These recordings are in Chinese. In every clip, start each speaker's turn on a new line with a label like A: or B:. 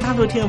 A: 大陆听众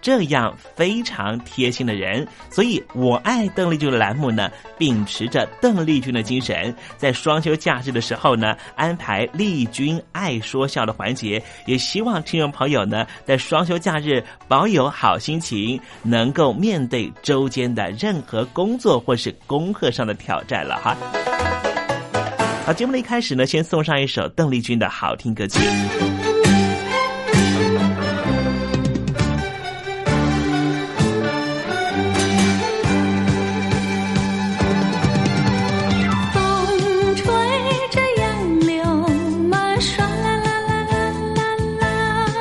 A: 这样非常贴心的人，所以我爱邓丽君的栏目呢，秉持着邓丽君的精神，在双休假日的时候呢，安排丽君爱说笑的环节，也希望听众朋友呢，在双休假日保有好心情，能够面对周间的任何工作或是功课上的挑战了哈。好，节目的一开始呢，先送上一首邓丽君的好听歌曲。
B: 风吹着杨柳嘛，唰啦啦啦啦啦啦，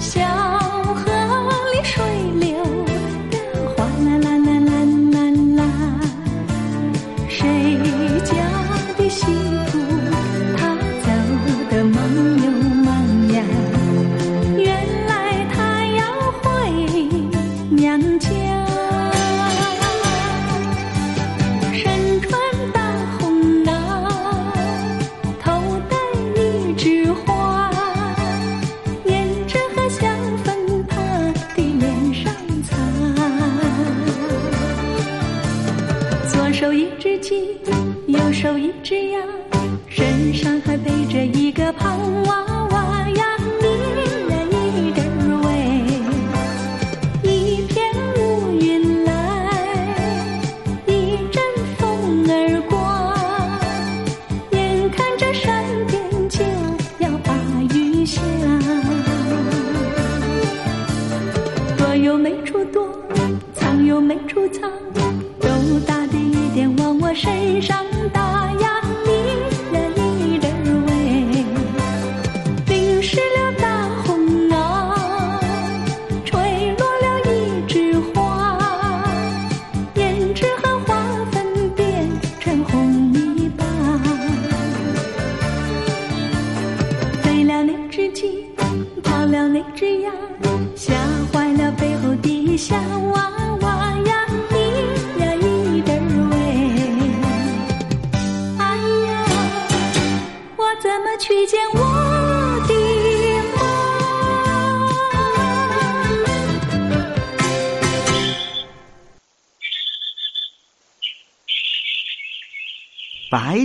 B: 小河里水流的哗啦啦啦啦啦啦。谁家的媳妇她走得忙又忙呀，原来她要回娘家。身穿大红袄，头戴一枝花，胭脂和香粉她的脸上擦。左手一只鸡，小手一只呀，身上还背着一个胖娃娃呀，你那一点儿味，一片乌云来，一阵风儿过，眼看着山边就要把雨下，躲又没处躲，藏又没处藏。豆大的雨点往我身上打呀，你那一点儿味，淋湿了大红袄，吹落了一枝花，胭脂和花粉变成红泥巴，飞了那只鸡，跑了那只鸭，吓坏了背后的小娃娃呀，你呀一点儿味。哎呀，我怎么去见我的妈？
A: 百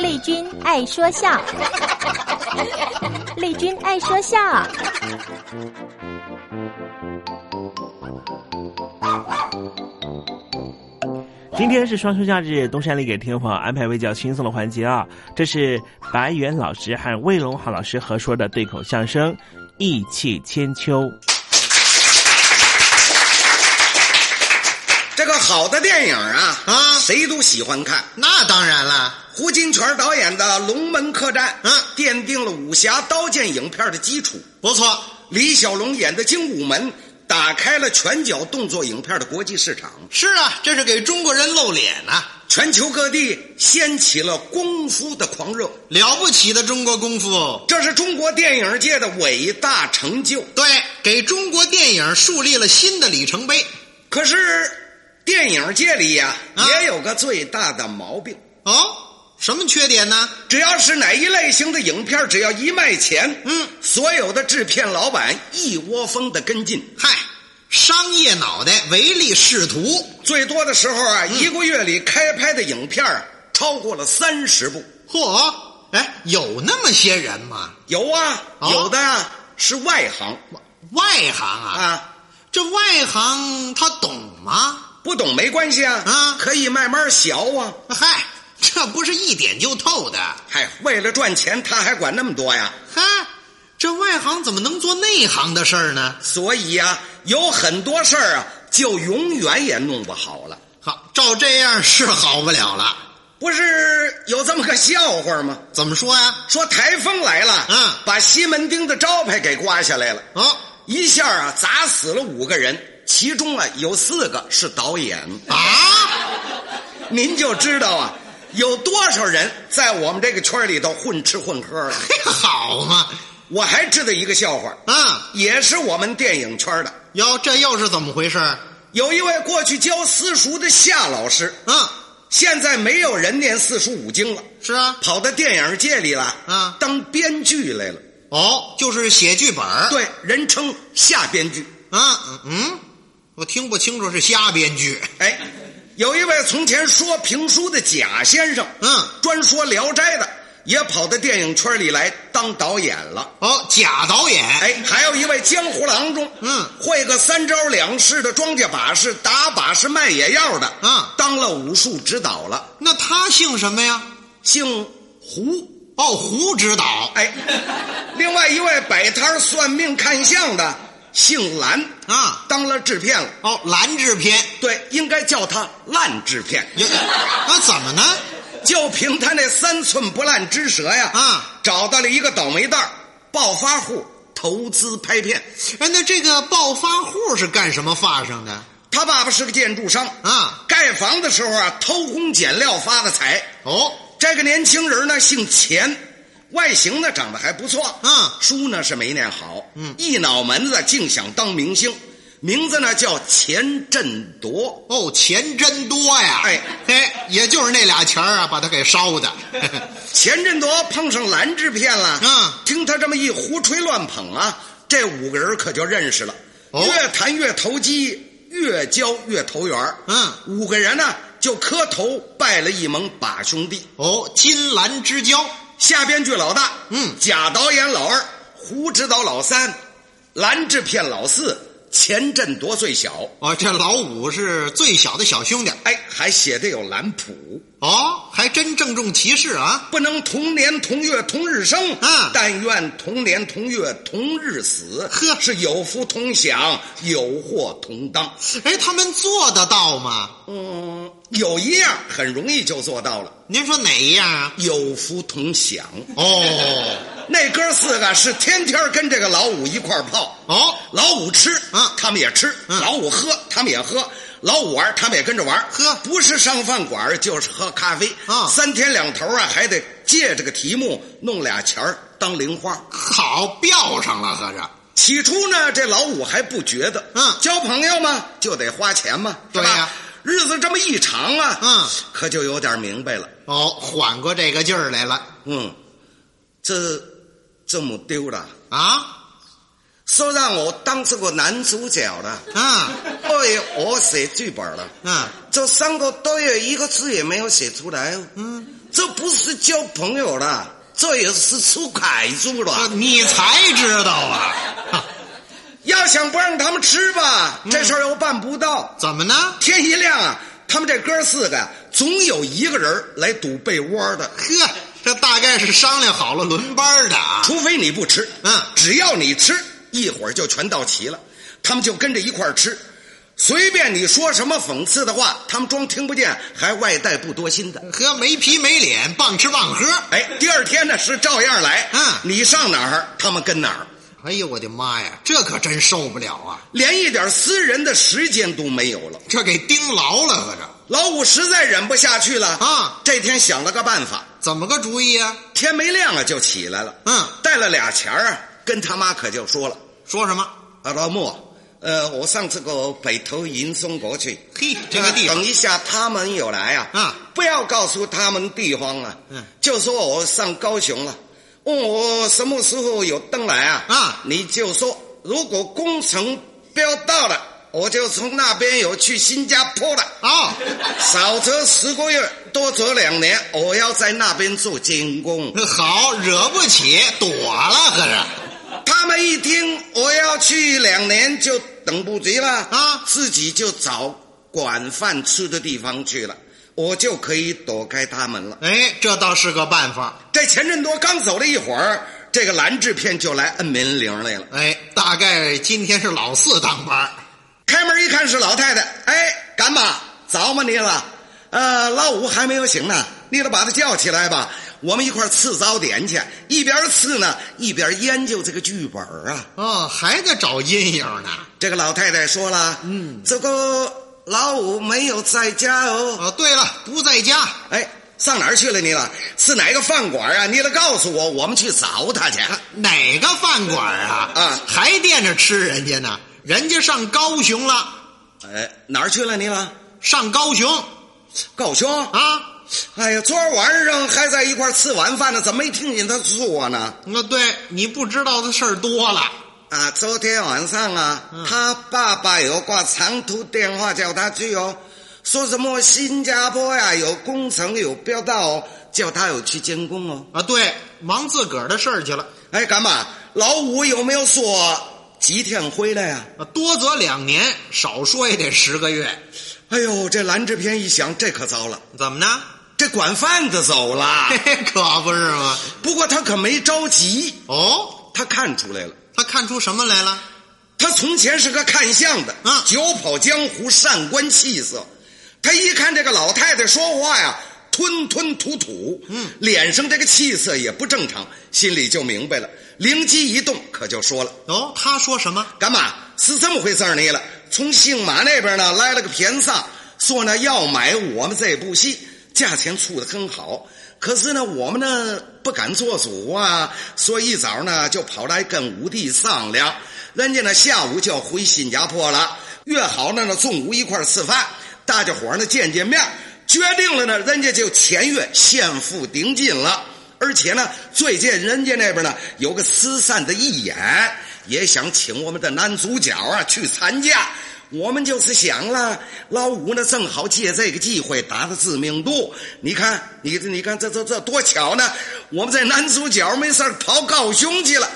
C: 丽君爱说 笑，丽君爱说笑。
A: 今天是双休假日，东山里给听众朋友安排位较轻松的环节啊。这是白猿老师和魏龙豪老师合说的对口相声《意气千秋》。
D: 这个好的电影啊啊，谁都喜欢看。
E: 那当然了，
D: 胡金铨导演的《龙门客栈》
E: 嗯
D: 奠定了武侠刀剑影片的基础。
E: 不错。
D: 李小龙演的《精武门》打开了拳脚动作影片的国际市场，
E: 是啊，这是给中国人露脸啊呐、
D: 全球各地掀起了功夫的狂热。
E: 了不起的中国功夫。
D: 这是中国电影界的伟大成就。
E: 对，给中国电影树立了新的里程碑。
D: 可是，电影界里呀、
E: 啊
D: 也有个最大的毛病，
E: 哦，什么缺点呢？
D: 只要是哪一类型的影片，只要一卖钱，
E: 嗯
D: 所有的制片老板一窝蜂的跟进，
E: 嗨，商业脑袋，唯利是图。嗯
D: 最多的时候啊，一个月里开拍的影片啊超过了三十部，
E: 嚯，哎，有那么些人吗？
D: 有啊，
E: 哦
D: 有的啊是外行
E: 外行啊，
D: 啊，
E: 这外行他懂吗？
D: 不懂没关系啊，
E: 啊
D: 可以慢慢学啊。
E: 嗨，这不是一点就透的。
D: 嗨，为了赚钱，他还管那么多呀？
E: 嗨，这外行怎么能做内行的事儿呢？
D: 所以呀、有很多事儿啊，就永远也弄不好了。
E: 好，照这样是好不了了。
D: 不是有这么个笑话吗？
E: 怎么说呀？
D: 说台风来了，
E: 嗯
D: 把西门町的招牌给刮下来了，
E: 哦，
D: 一下啊砸死了五个人，其中啊有四个是导演，
E: 啊，
D: 您就知道啊有多少人在我们这个圈里头混吃混喝了。
E: 嘿，好嘛，
D: 我还知道一个笑话，
E: 啊，
D: 也是我们电影圈的，
E: 哟，这又是怎么回事？
D: 有一位过去教私塾的夏老师，
E: 啊，
D: 现在没有人念四书五经了，
E: 是啊，
D: 跑到电影界里了
E: 啊，
D: 当编剧来了。
E: 哦，就是写剧本
D: 对，人称下编剧
E: 啊，嗯，我听不清楚是瞎编剧。
D: 哎，有一位从前说评书的贾先生，
E: 嗯，
D: 专说《聊斋》的，也跑到电影圈里来当导演了。
E: 哦，假导演。
D: 哎，还有一位江湖郎中，
E: 嗯，
D: 会个三招两式的庄稼把式，打把式卖野药的，
E: 啊
D: 当了武术指导了，
E: 那他姓什么呀？
D: 姓胡。
E: 哦，胡指导。
D: 哎，另外一位摆摊算命看相的姓兰
E: 啊
D: 当了制片了。
E: 哦，蓝制片。
D: 对，应该叫他烂制片，
E: 呀
D: 啊
E: 那怎么呢？
D: 就凭他那三寸不烂之舌呀，
E: 啊，
D: 找到了一个倒霉蛋儿，暴发户投资拍片。
E: 哎，那这个暴发户是干什么发上的？
D: 他爸爸是个建筑商
E: 啊，
D: 盖房的时候啊偷工减料发的财。
E: 哦，
D: 这个年轻人呢姓钱，外形呢长得还不错，
E: 嗯
D: 书呢是没念好，
E: 嗯
D: 一脑门子竟想当明星，名字呢叫钱振铎。
E: 哦，钱真多呀！
D: 哎
E: 嘿，也就是那俩钱儿啊，把他给烧的。
D: 钱振铎碰上蓝制片了，
E: 嗯
D: 啊
B: 啊
D: 听他这么一胡吹乱捧啊，这五个人可就认识了，
E: 哦
D: 越谈越投机，越交越投缘儿
E: 嗯
D: 五个人呢就磕头拜了一盟把兄弟。
E: 哦，金兰之交。
D: 下编剧老大，
E: 嗯
D: 贾导演老二，胡指导老三，蓝制片老四，钱振铎最小。
E: 哦，这老五是最小的小兄弟。
D: 哎，还写的有蓝谱，
E: 哦，还真郑重其事啊！
D: 不能同年同月同日生，
E: 嗯
D: 但愿同年同月同日死。
E: 呵
D: 是有福同享，有祸同当。
E: 哎，他们做得到吗？
D: 嗯，有一样很容易就做到了，
E: 您说哪一样啊？
D: 有福同享。
E: 哦，
D: 那哥四个是天天跟这个老五一块儿泡。
E: 哦，
D: 老五吃，
E: 嗯
D: 他们也吃；
E: 嗯
D: 老五喝，他们也喝；老五玩，他们也跟着玩。
E: 喝
D: 不是上饭馆儿就是喝咖啡
E: 啊
D: 三天两头啊，还得借这个题目弄俩钱儿当零花。
E: 好标上了，合着。
D: 起初呢，这老五还不觉得，
E: 嗯
D: 交朋友嘛就得花钱嘛，是
E: 对
D: 吧
E: 呀
D: 日子这么一长啊，
E: 嗯，
D: 可就有点明白了，
E: 哦，缓过这个劲儿来了
D: 嗯，这这么丢了，
E: 啊！
D: 说让我当这个男主角了，
E: 嗯
D: 我也我写剧本了。
E: 嗯，
D: 这三个多月一个字也没有写出来。嗯，这不是交朋友了，这也是出凯猪了。
E: 啊你才知道啊？
D: 要想不让他们吃吧，这事儿又办不到。
E: 嗯怎么呢？
D: 天一亮啊，他们这哥四个总有一个人来堵被窝的，
E: 呵，这大概是商量好了轮班的啊。
D: 除非你不吃。
E: 嗯
D: 只要你吃，一会儿就全到齐了，他们就跟着一块儿吃。随便你说什么讽刺的话，他们装听不见，还外带不多心的。
E: 呵，没皮没脸，棒吃棒喝。
D: 哎，第二天呢是照样来，
E: 嗯
D: 你上哪儿，他们跟哪儿，
E: 哎呦，我的妈呀，这可真受不了啊！
D: 连一点私人的时间都没有了。
E: 这给盯牢了，合着
D: 老五实在忍不下去了
E: 啊！
D: 这天想了个办法，
E: 怎么个主意啊？
D: 天没亮啊就起来了，
E: 嗯
D: 带了俩钱儿啊，跟他妈可就说了，
E: 说什么？
D: 啊老穆，呃，我上这个北头银松国去，
E: 嘿，这个地
D: 呃
E: 方
D: 等一下他们有来啊，
E: 嗯
D: 不要告诉他们地方啊，
E: 嗯，
D: 就说我上高雄了，问我什么时候有灯来啊，
E: 嗯
D: 你就说如果工程标到了，我就从那边有去新加坡了，
E: 哦，
D: 少则十个月，多则两年，我要在那边做监工。
E: 好，惹不起，躲了，合着
D: 他们一听我要去两年，就等不及了
E: 啊
D: 自己就找管饭吃的地方去了，我就可以躲开他们了。
E: 哎，这倒是个办法。
D: 这钱振铎刚走了一会儿，这个蓝制片就来摁门铃来了。
E: 哎，大概今天是老四当班儿
D: 开门一看是老太太，哎，干妈，早吗你了？呃，老五还没有醒呢，你得把他叫起来吧，我们一块儿吃早点去。一边吃呢，一边研究这个剧本儿啊。
E: 哦，还在找阴影呢。
D: 这个老太太说了，嗯，这个老五没有在家哦。
E: 哦，对了，不在家。
D: 哎，上哪儿去了你了？是哪个饭馆啊？你得告诉我，我们去找他去。
E: 哪个饭馆啊？
D: 啊
E: 还惦着吃人家呢？人家上高雄了，
D: 哎，哪儿去了你了？
E: 上高雄。
D: 高兄
E: 啊，
D: 哎呀，昨儿晚上还在一块儿吃晚饭呢，怎么没听见他说呢？
E: 啊，对你不知道的事儿多了。
D: 啊，昨天晚上啊，嗯、他爸爸有挂长途电话叫他去哦，说什么新加坡呀、有工程有标到、哦，叫他有去监工哦。
E: 啊，对，忙自个儿的事儿去了。
D: 哎，干妈，老五有没有说几天回来呀、
E: 啊？多则两年，少说也得十个月。
D: 哎呦，这蓝志平一想，这可糟了，
E: 怎么呢？
D: 这管贩子走了，
E: 可不是吗？
D: 不过他可没着急
E: 哦，
D: 他看出来了。
E: 他看出什么来了？
D: 他从前是个看相的
E: 啊，
D: 久跑江湖，善观气色。他一看这个老太太说话呀，吞吞吐吐，
E: 嗯，
D: 脸上这个气色也不正常，心里就明白了。灵机一动，可就说了：“
E: 哦，他说什么？
D: 干嘛？是这么回事儿呢了？从姓马那边呢来了个偏萨，说呢要买我们这部戏，价钱出的很好。”可是呢，我们呢不敢做主啊，所以一早呢就跑来跟五弟商量，人家呢下午就要回新加坡了，约好了呢中午一块吃饭，大家伙呢见见面，决定了呢，人家就签约先付定金了，而且呢最近人家那边呢有个慈善的义演，也想请我们的男主角啊去参加。我们就是想了，老五呢正好借这个机会打打知名度。你看，你你看这这这多巧呢！我们这男主角没事跑高雄去了，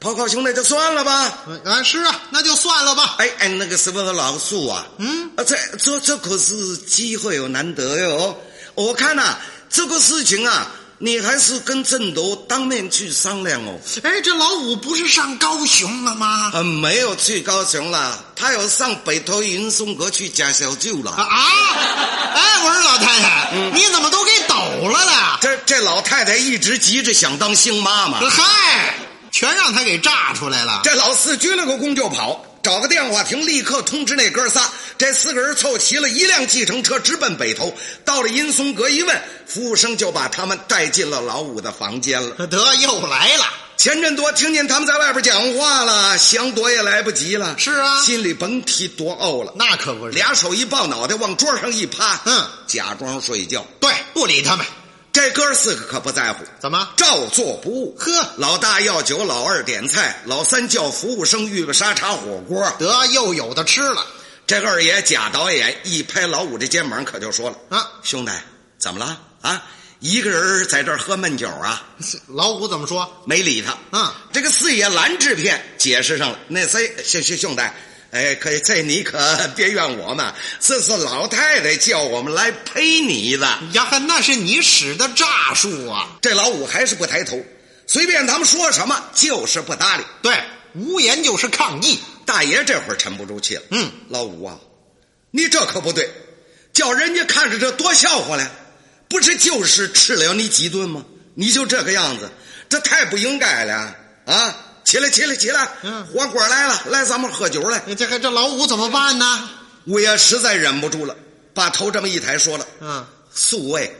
D: 跑高雄那就算了吧。
E: 啊，是啊，那就算了吧。
D: 哎哎，那个什么老树啊，
E: 嗯，
D: 啊，这这这可是机会有难得哟。我看呐、啊，这个事情啊。你还是跟振斗当面去商量哦。
E: 哎，这老五不是上高雄了吗？
D: 呃，没有去高雄了，他有上北头云松阁去加小舅了。
E: 啊！哎，我说老太太，
D: 嗯、
E: 你怎么都给抖了呢？
D: 这这老太太一直急着想当星妈妈，
E: 嗨，全让他给炸出来了。
D: 这老四鞠了个躬就跑，找个电话亭立刻通知那哥仨。这四个人凑齐了一辆计程车，直奔北头。到了银松阁一问，服务生就把他们带进了老五的房间了。
E: 得，又来了。
D: 钱振铎听见他们在外边讲话了，想躲也来不及了。
E: 是啊，
D: 心里甭提多怄了。
E: 那可不是，
D: 俩手一抱脑袋，往桌上一趴，
E: 嗯，
D: 假装睡觉。
E: 对，不理他们。
D: 这哥四个可不在乎，
E: 怎么
D: 照做不误？
E: 呵，
D: 老大要酒，老二点菜，老三叫服务生预备沙茶火锅。
E: 得，又有的吃了。
D: 这二爷贾导演一拍老五的肩膀，可就说了：“
E: 啊，
D: 兄弟，怎么了啊？一个人在这儿喝闷酒啊？”
E: 老五怎么说？
D: 没理他。
E: 嗯，
D: 这个四爷蓝制片解释上了：“那谁，兄兄兄弟，哎，可这你可别怨我们，这是老太太叫我们来陪你的
E: 呀，那是你使的诈术啊！”
D: 这老五还是不抬头，随便他们说什么就是不搭理。
E: 对，无言就是抗议。
D: 大爷这会儿沉不住气了，
E: 嗯，
D: 老五啊，你这可不对，叫人家看着这多笑话了，不是就是吃了你几顿吗？你就这个样子，这太不应该了啊！起来，起来，起来！
E: 嗯，哎
D: 火锅来了，来咱们喝酒来。
E: 这这老五怎么办呢？
D: 五爷实在忍不住了，把头这么一抬，说了：“
E: 嗯，
D: 素位，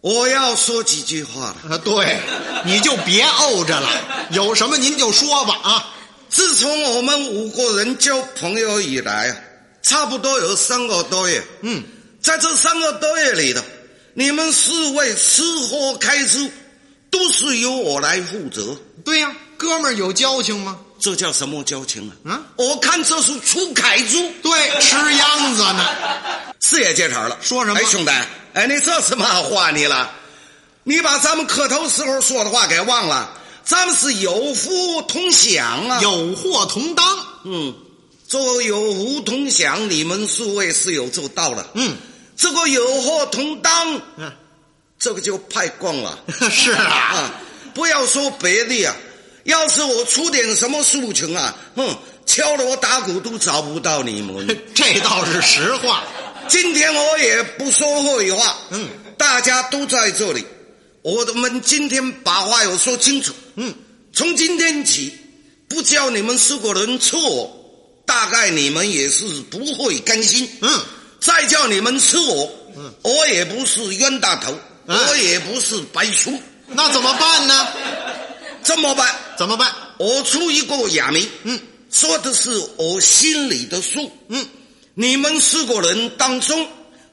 D: 我要说几句话了。”
E: 啊，对，你就别怄 着了，有什么您就说吧啊。
D: 自从我们五个人交朋友以来啊，差不多有三个多月。
E: 嗯，
D: 在这三个多月里头，你们四位吃喝开支都是由我来负责。
E: 对呀、啊，哥们儿有交情吗？
D: 这叫什么交情啊？
E: 啊，
D: 我看这是出凯猪，
E: 对，吃秧子呢。
D: 四爷接茬了，
E: 说什么？
D: 哎，兄弟，哎，你这是嘛话你了？你把咱们磕头时候说的话给忘了。咱们是有福同享啊，
E: 有祸同当。
D: 嗯，做有福同享，你们四位是有做到了。
E: 嗯，
D: 这个有祸同当，
E: 嗯，
D: 这个就派光了。
E: 是啊，
D: 啊，不要说别的啊，要是我出点什么诉求啊，哼，敲锣打鼓都找不到你们。
E: 这倒是实话。
D: 今天我也不说废话。
E: 嗯，
D: 大家都在这里。我们今天把话要说清楚。
E: 嗯，
D: 从今天起，不叫你们四个人错，大概你们也是不会甘心。
E: 嗯，
D: 再叫你们吃我，
E: 嗯，
D: 我也不是冤大头，
E: 嗯、
D: 我也不是白熊，
E: 那怎么办呢？
D: 这么办？
E: 怎么办？
D: 我出一个哑谜，
E: 嗯，
D: 说的是我心里的数。
E: 嗯，
D: 你们四个人当中，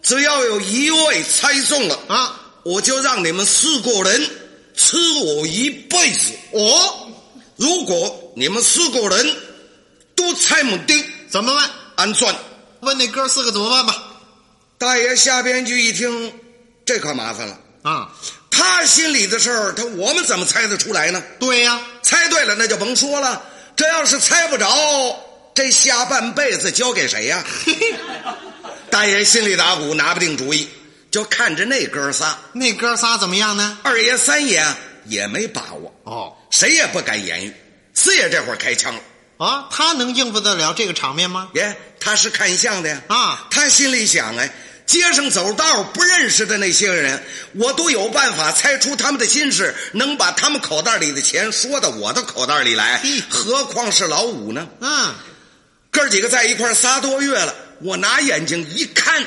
D: 只要有一位猜中了
E: 啊，
D: 我就让你们四个人吃我一辈子。
E: 哦，
D: 如果你们四个人都猜没对，
E: 怎么办？
D: 俺算。
E: 问那哥四个怎么办吧？
D: 大爷下编剧一听，这可麻烦了
E: 啊！
D: 他心里的事儿，他我们怎么猜得出来呢？
E: 对呀、
D: 猜对了那就甭说了，这要是猜不着，这下半辈子交给谁 呀、大爷心里打鼓，拿不定主意，就看着那哥仨，
E: 那哥仨怎么样呢？
D: 二爷、三爷也没把握，
E: 哦，
D: 谁也不敢言语。四爷这会儿开枪了，
E: 啊，他能应付得了这个场面吗？
D: 耶，他是看相的呀，
E: 啊
D: 他心里想哎。街上走道不认识的那些人，我都有办法猜出他们的心事，能把他们口袋里的钱说到我的口袋里来
E: 嘿，
D: 何况是老五呢？
E: 嗯，
D: 哥儿几个在一块儿仨多月了，我拿眼睛一看，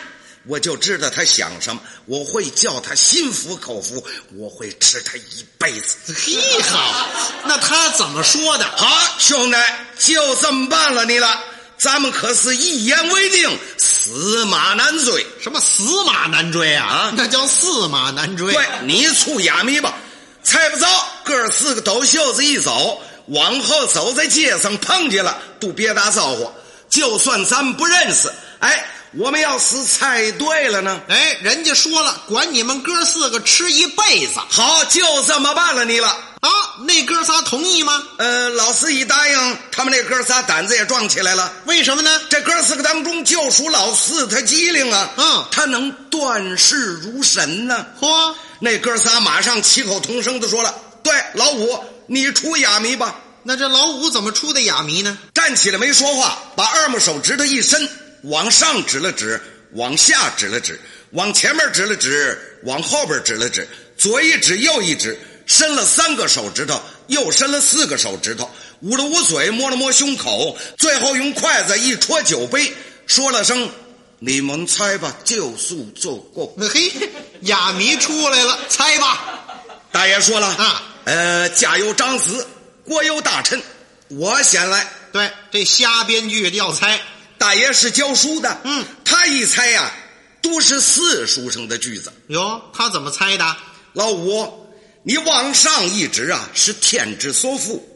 D: 我就知道他想什么，我会叫他心服口服，我会吃他一辈子。
E: 嘿好，那他怎么说的？
D: 好，兄弟，就这么办了你了，咱们可是一言为定，死马难追。
E: 什么死马难追啊？
D: 啊
E: 那叫驷马难追。啊
D: 对，你醋哑咪吧，猜不着，哥儿四个抖袖子一走，往后走在街上碰见了，都别打招呼。就算咱们不认识，哎，我们要是猜对了呢，
E: 哎，人家说了，管你们哥四个吃一辈子
D: 好，就这么办了你了。
E: 啊！那哥仨同意吗？
D: 呃，老四一答应，他们那哥仨胆子也壮起来了。
E: 为什么呢？
D: 这哥四个当中，就属老四他机灵啊，
E: 嗯
D: 他能断事如神呢、
E: 嚯，
D: 那哥仨马上齐口同声的说了：“对，老五，你出哑谜吧。”
E: 那这老五怎么出的哑谜呢？
D: 站起来没说话，把二拇手指头一伸，往上指了指，往下指了指，往前面指了指，往后边指了指，左一指右一指，伸了三个手指头，又伸了四个手指头，捂了捂嘴，摸了摸胸口，最后用筷子一戳酒杯，说了声：“你们猜吧，就数做够。
E: 那嘿，哑谜出来了，猜吧。”
D: 大爷说了：“
E: 啊，
D: 呃，家有长子，国有大臣，我先来。”
E: 对，这瞎编剧要猜，
D: 大爷是教书的，
E: 嗯，
D: 他一猜呀、都是四书生的句子。
E: 哟，他怎么猜的？
D: 老五，你往上一直啊是天之所赋，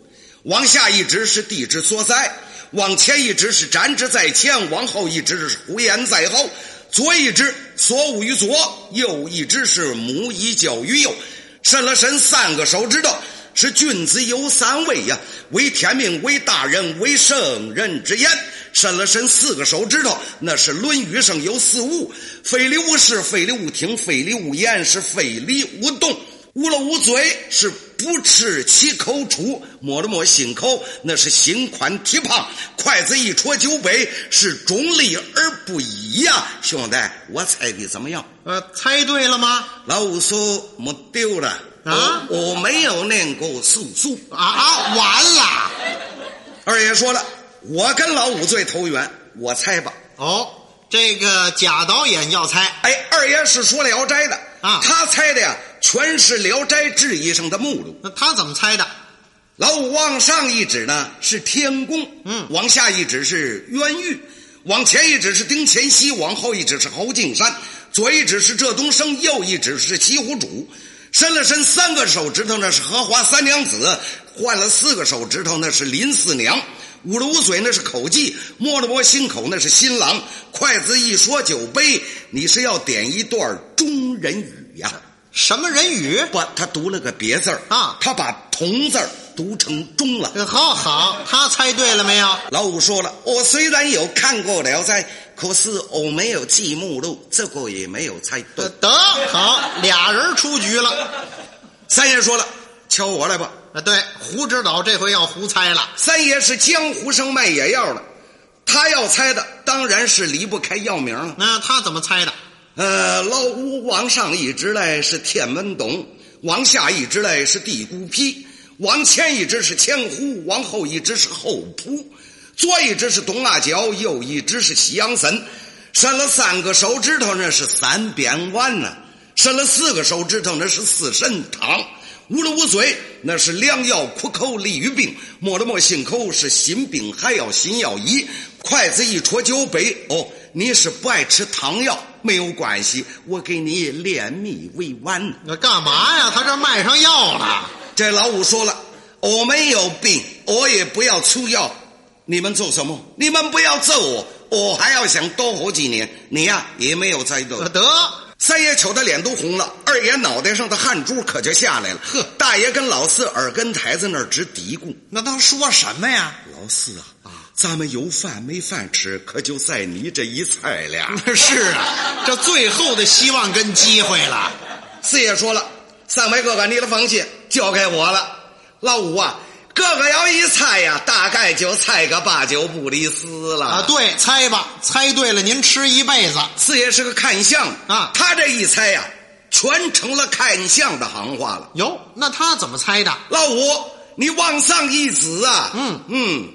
D: 往下一直是地之所在，往前一直是展之在前，往后一直是胡言在后，左一直所舞于左，右一直是母以教于右，伸了伸三个手指头。是君子有三畏呀、为天命，为大人，为圣人之言。伸了伸四个手指头，那是《论语》上有四物：非礼勿视，非礼勿听，非礼勿言，是非礼勿动。捂了捂嘴是不吃其口楚，摸了摸心口，那是心宽体胖。筷子一戳酒杯，是中立而不一呀、兄弟，我猜的怎么样？
E: 呃，猜对了吗？
D: 老五说没丢了
E: 啊
D: 我我没有念过素书。
E: 啊啊，完了！
D: 二爷说了，我跟老五最投缘，我猜吧。
E: 哦，这个贾导演要猜，
D: 哎，二爷是说《聊斋》的
E: 啊
D: 他猜的呀，全是《聊斋志异》上的目录。
E: 那他怎么猜的？
D: 老五往上一指呢是天宫，
E: 嗯
D: 往下一指是冤狱，往前一指是丁乾熙，往后一指是侯敬山，左一指是浙东升，右一指是西湖主。伸了伸三个手指头，那是荷花三娘子；换了四个手指头，那是林四娘；捂了捂嘴，那是口技；摸了摸心口，那是新郎；筷子一说酒杯，你是要点一段中人语呀、
E: 什么人语？
D: 不，他读了个别字儿
E: 啊
D: 他把同字儿读成中了。
E: 呃好好，他猜对了没有？
D: 老五说了，我虽然有看过《聊斋》，可是我没有记目录，这个也没有猜对
E: 呃。得好，俩人出局了。
D: 三爷说了，敲我来吧。
E: 啊，对，胡指导这回要胡猜了。
D: 三爷是江湖上卖野药的，他要猜的当然是离不开药名了。
E: 那他怎么猜的？
D: 呃，老五往上一直来是天门洞，往下一直来是地骨皮，往前一直是前湖，往后一直是后浦，左一直是东阿角，右一直是西洋参，伸了三个手指头那是三边丸呢、伸了四个手指头那是四神汤，捂了捂嘴那是良药苦口利于病，摸了摸心口是心病还要心药医，筷子一戳酒杯哦。你是不爱吃糖药，没有关系，我给你炼米为丸。
E: 那干嘛呀？他这卖上药了。
D: 这老五说了，我没有病，我也不要出药。你们做什么？你们不要揍我，我还要想多活几年。你呀、也没有猜到。
E: 得，
D: 三爷瞅他脸都红了，二爷脑袋上的汗珠可就下来了。呵，大爷跟老四耳根台子那儿直嘀咕。
E: 那他说什么呀？
D: 老四啊，咱们有饭没饭吃，可就在你这一菜俩。
E: 是啊，这最后的希望跟机会了。
D: 四爷说了，三位哥哥，你的放心交给我了。老五啊，哥哥要一猜呀，大概就猜个八九不离十了
E: 啊，对，猜吧，猜对了您吃一辈子。
D: 四爷是个看相
E: 啊
D: 他这一猜呀，全成了看相的行话了。
E: 哟，那他怎么猜的？
D: 老五，你往上一指啊，
E: 嗯
D: 嗯，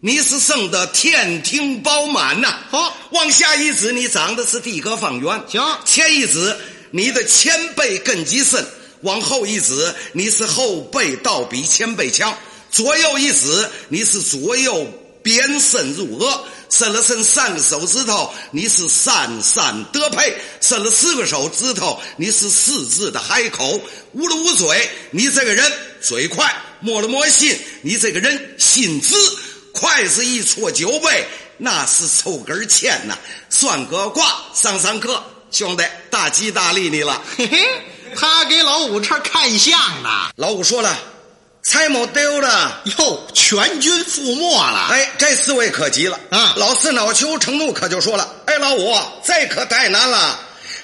D: 你是生得天庭饱满呐、
E: 好
D: 往下一指，你长得是地阁方圆。
E: 行
D: 前一指，你的前辈根基深；往后一指，你是后辈倒比前辈强；左右一指，你是左右鞭伸入额。伸了伸三个手指头，你是三三得配；伸了四个手指头，你是四字的海口。捂了捂嘴，你这个人嘴快；摸了摸心，你这个人心直。筷子一戳九背，那是抽根儿签呐、算个卦，上上课，兄弟，大吉大利你了。
E: 嘿嘿，他给老五这儿看相呢。
D: 老五说了，蔡某丢了。
E: 哟，全军覆没了。
D: 哎，这四位可急了
E: 啊
D: 老四恼羞成怒，可就说了：“哎，老五，这可太难了，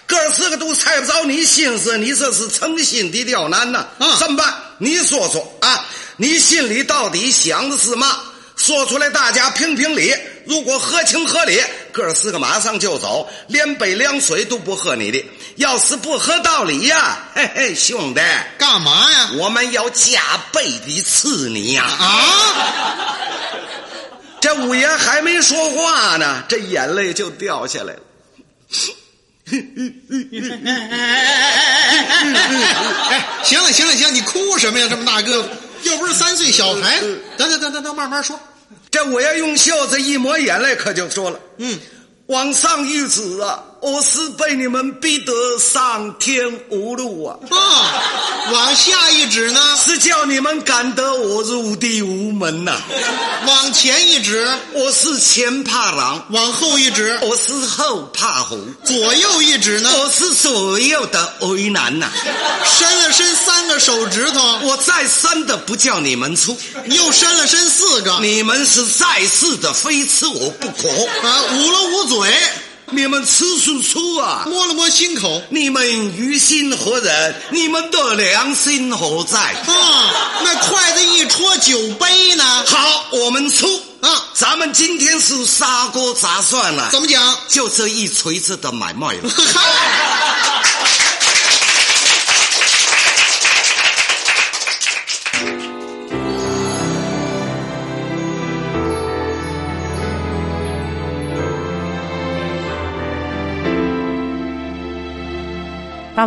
D: 哥四个都猜不着你心思，你这是诚心的刁难呐、
E: 啊
D: 这么办？你说说啊，你心里到底想的是嘛？说出来，大家评评理。如果合情合理，哥四个马上就走，连杯凉水都不喝你的。要是不合道理呀，嘿嘿，兄弟，
E: 干嘛呀？
D: 我们要加倍的刺你呀、
E: 啊，
D: 这五爷还没说话呢，这眼泪就掉下来了。
E: 哎，行了行了行，你哭什么呀？这么大个子，又不是三岁小孩。等等等等等，慢慢说。
D: 这五爷用袖子一抹眼泪，可就说了：“
E: 嗯，
D: 往上一指啊，我是被你们逼得上天无路啊，
E: 啊，往下一指呢，
D: 是叫你们赶得我入地无门呐、
E: 往前一指，
D: 我是前怕狼，
E: 往后一指，
D: 我是后怕虎，
E: 左右一指呢，
D: 我是左右的为难呐、
E: 伸了伸三个手指头，
D: 我再三的不叫你们出，
E: 又伸了伸四个，
D: 你们是再次的非吃我不可。”
E: 啊，捂了捂嘴，
D: 你们吃素出啊？
E: 摸了摸心口，
D: 你们于心何忍？你们的良心何在？
E: 啊，那筷子一戳酒杯呢，
D: 好，我们出
E: 啊，
D: 咱们今天是砂锅砸蒜了，
E: 怎么讲？
D: 就这一锤子的买卖了。
A: 大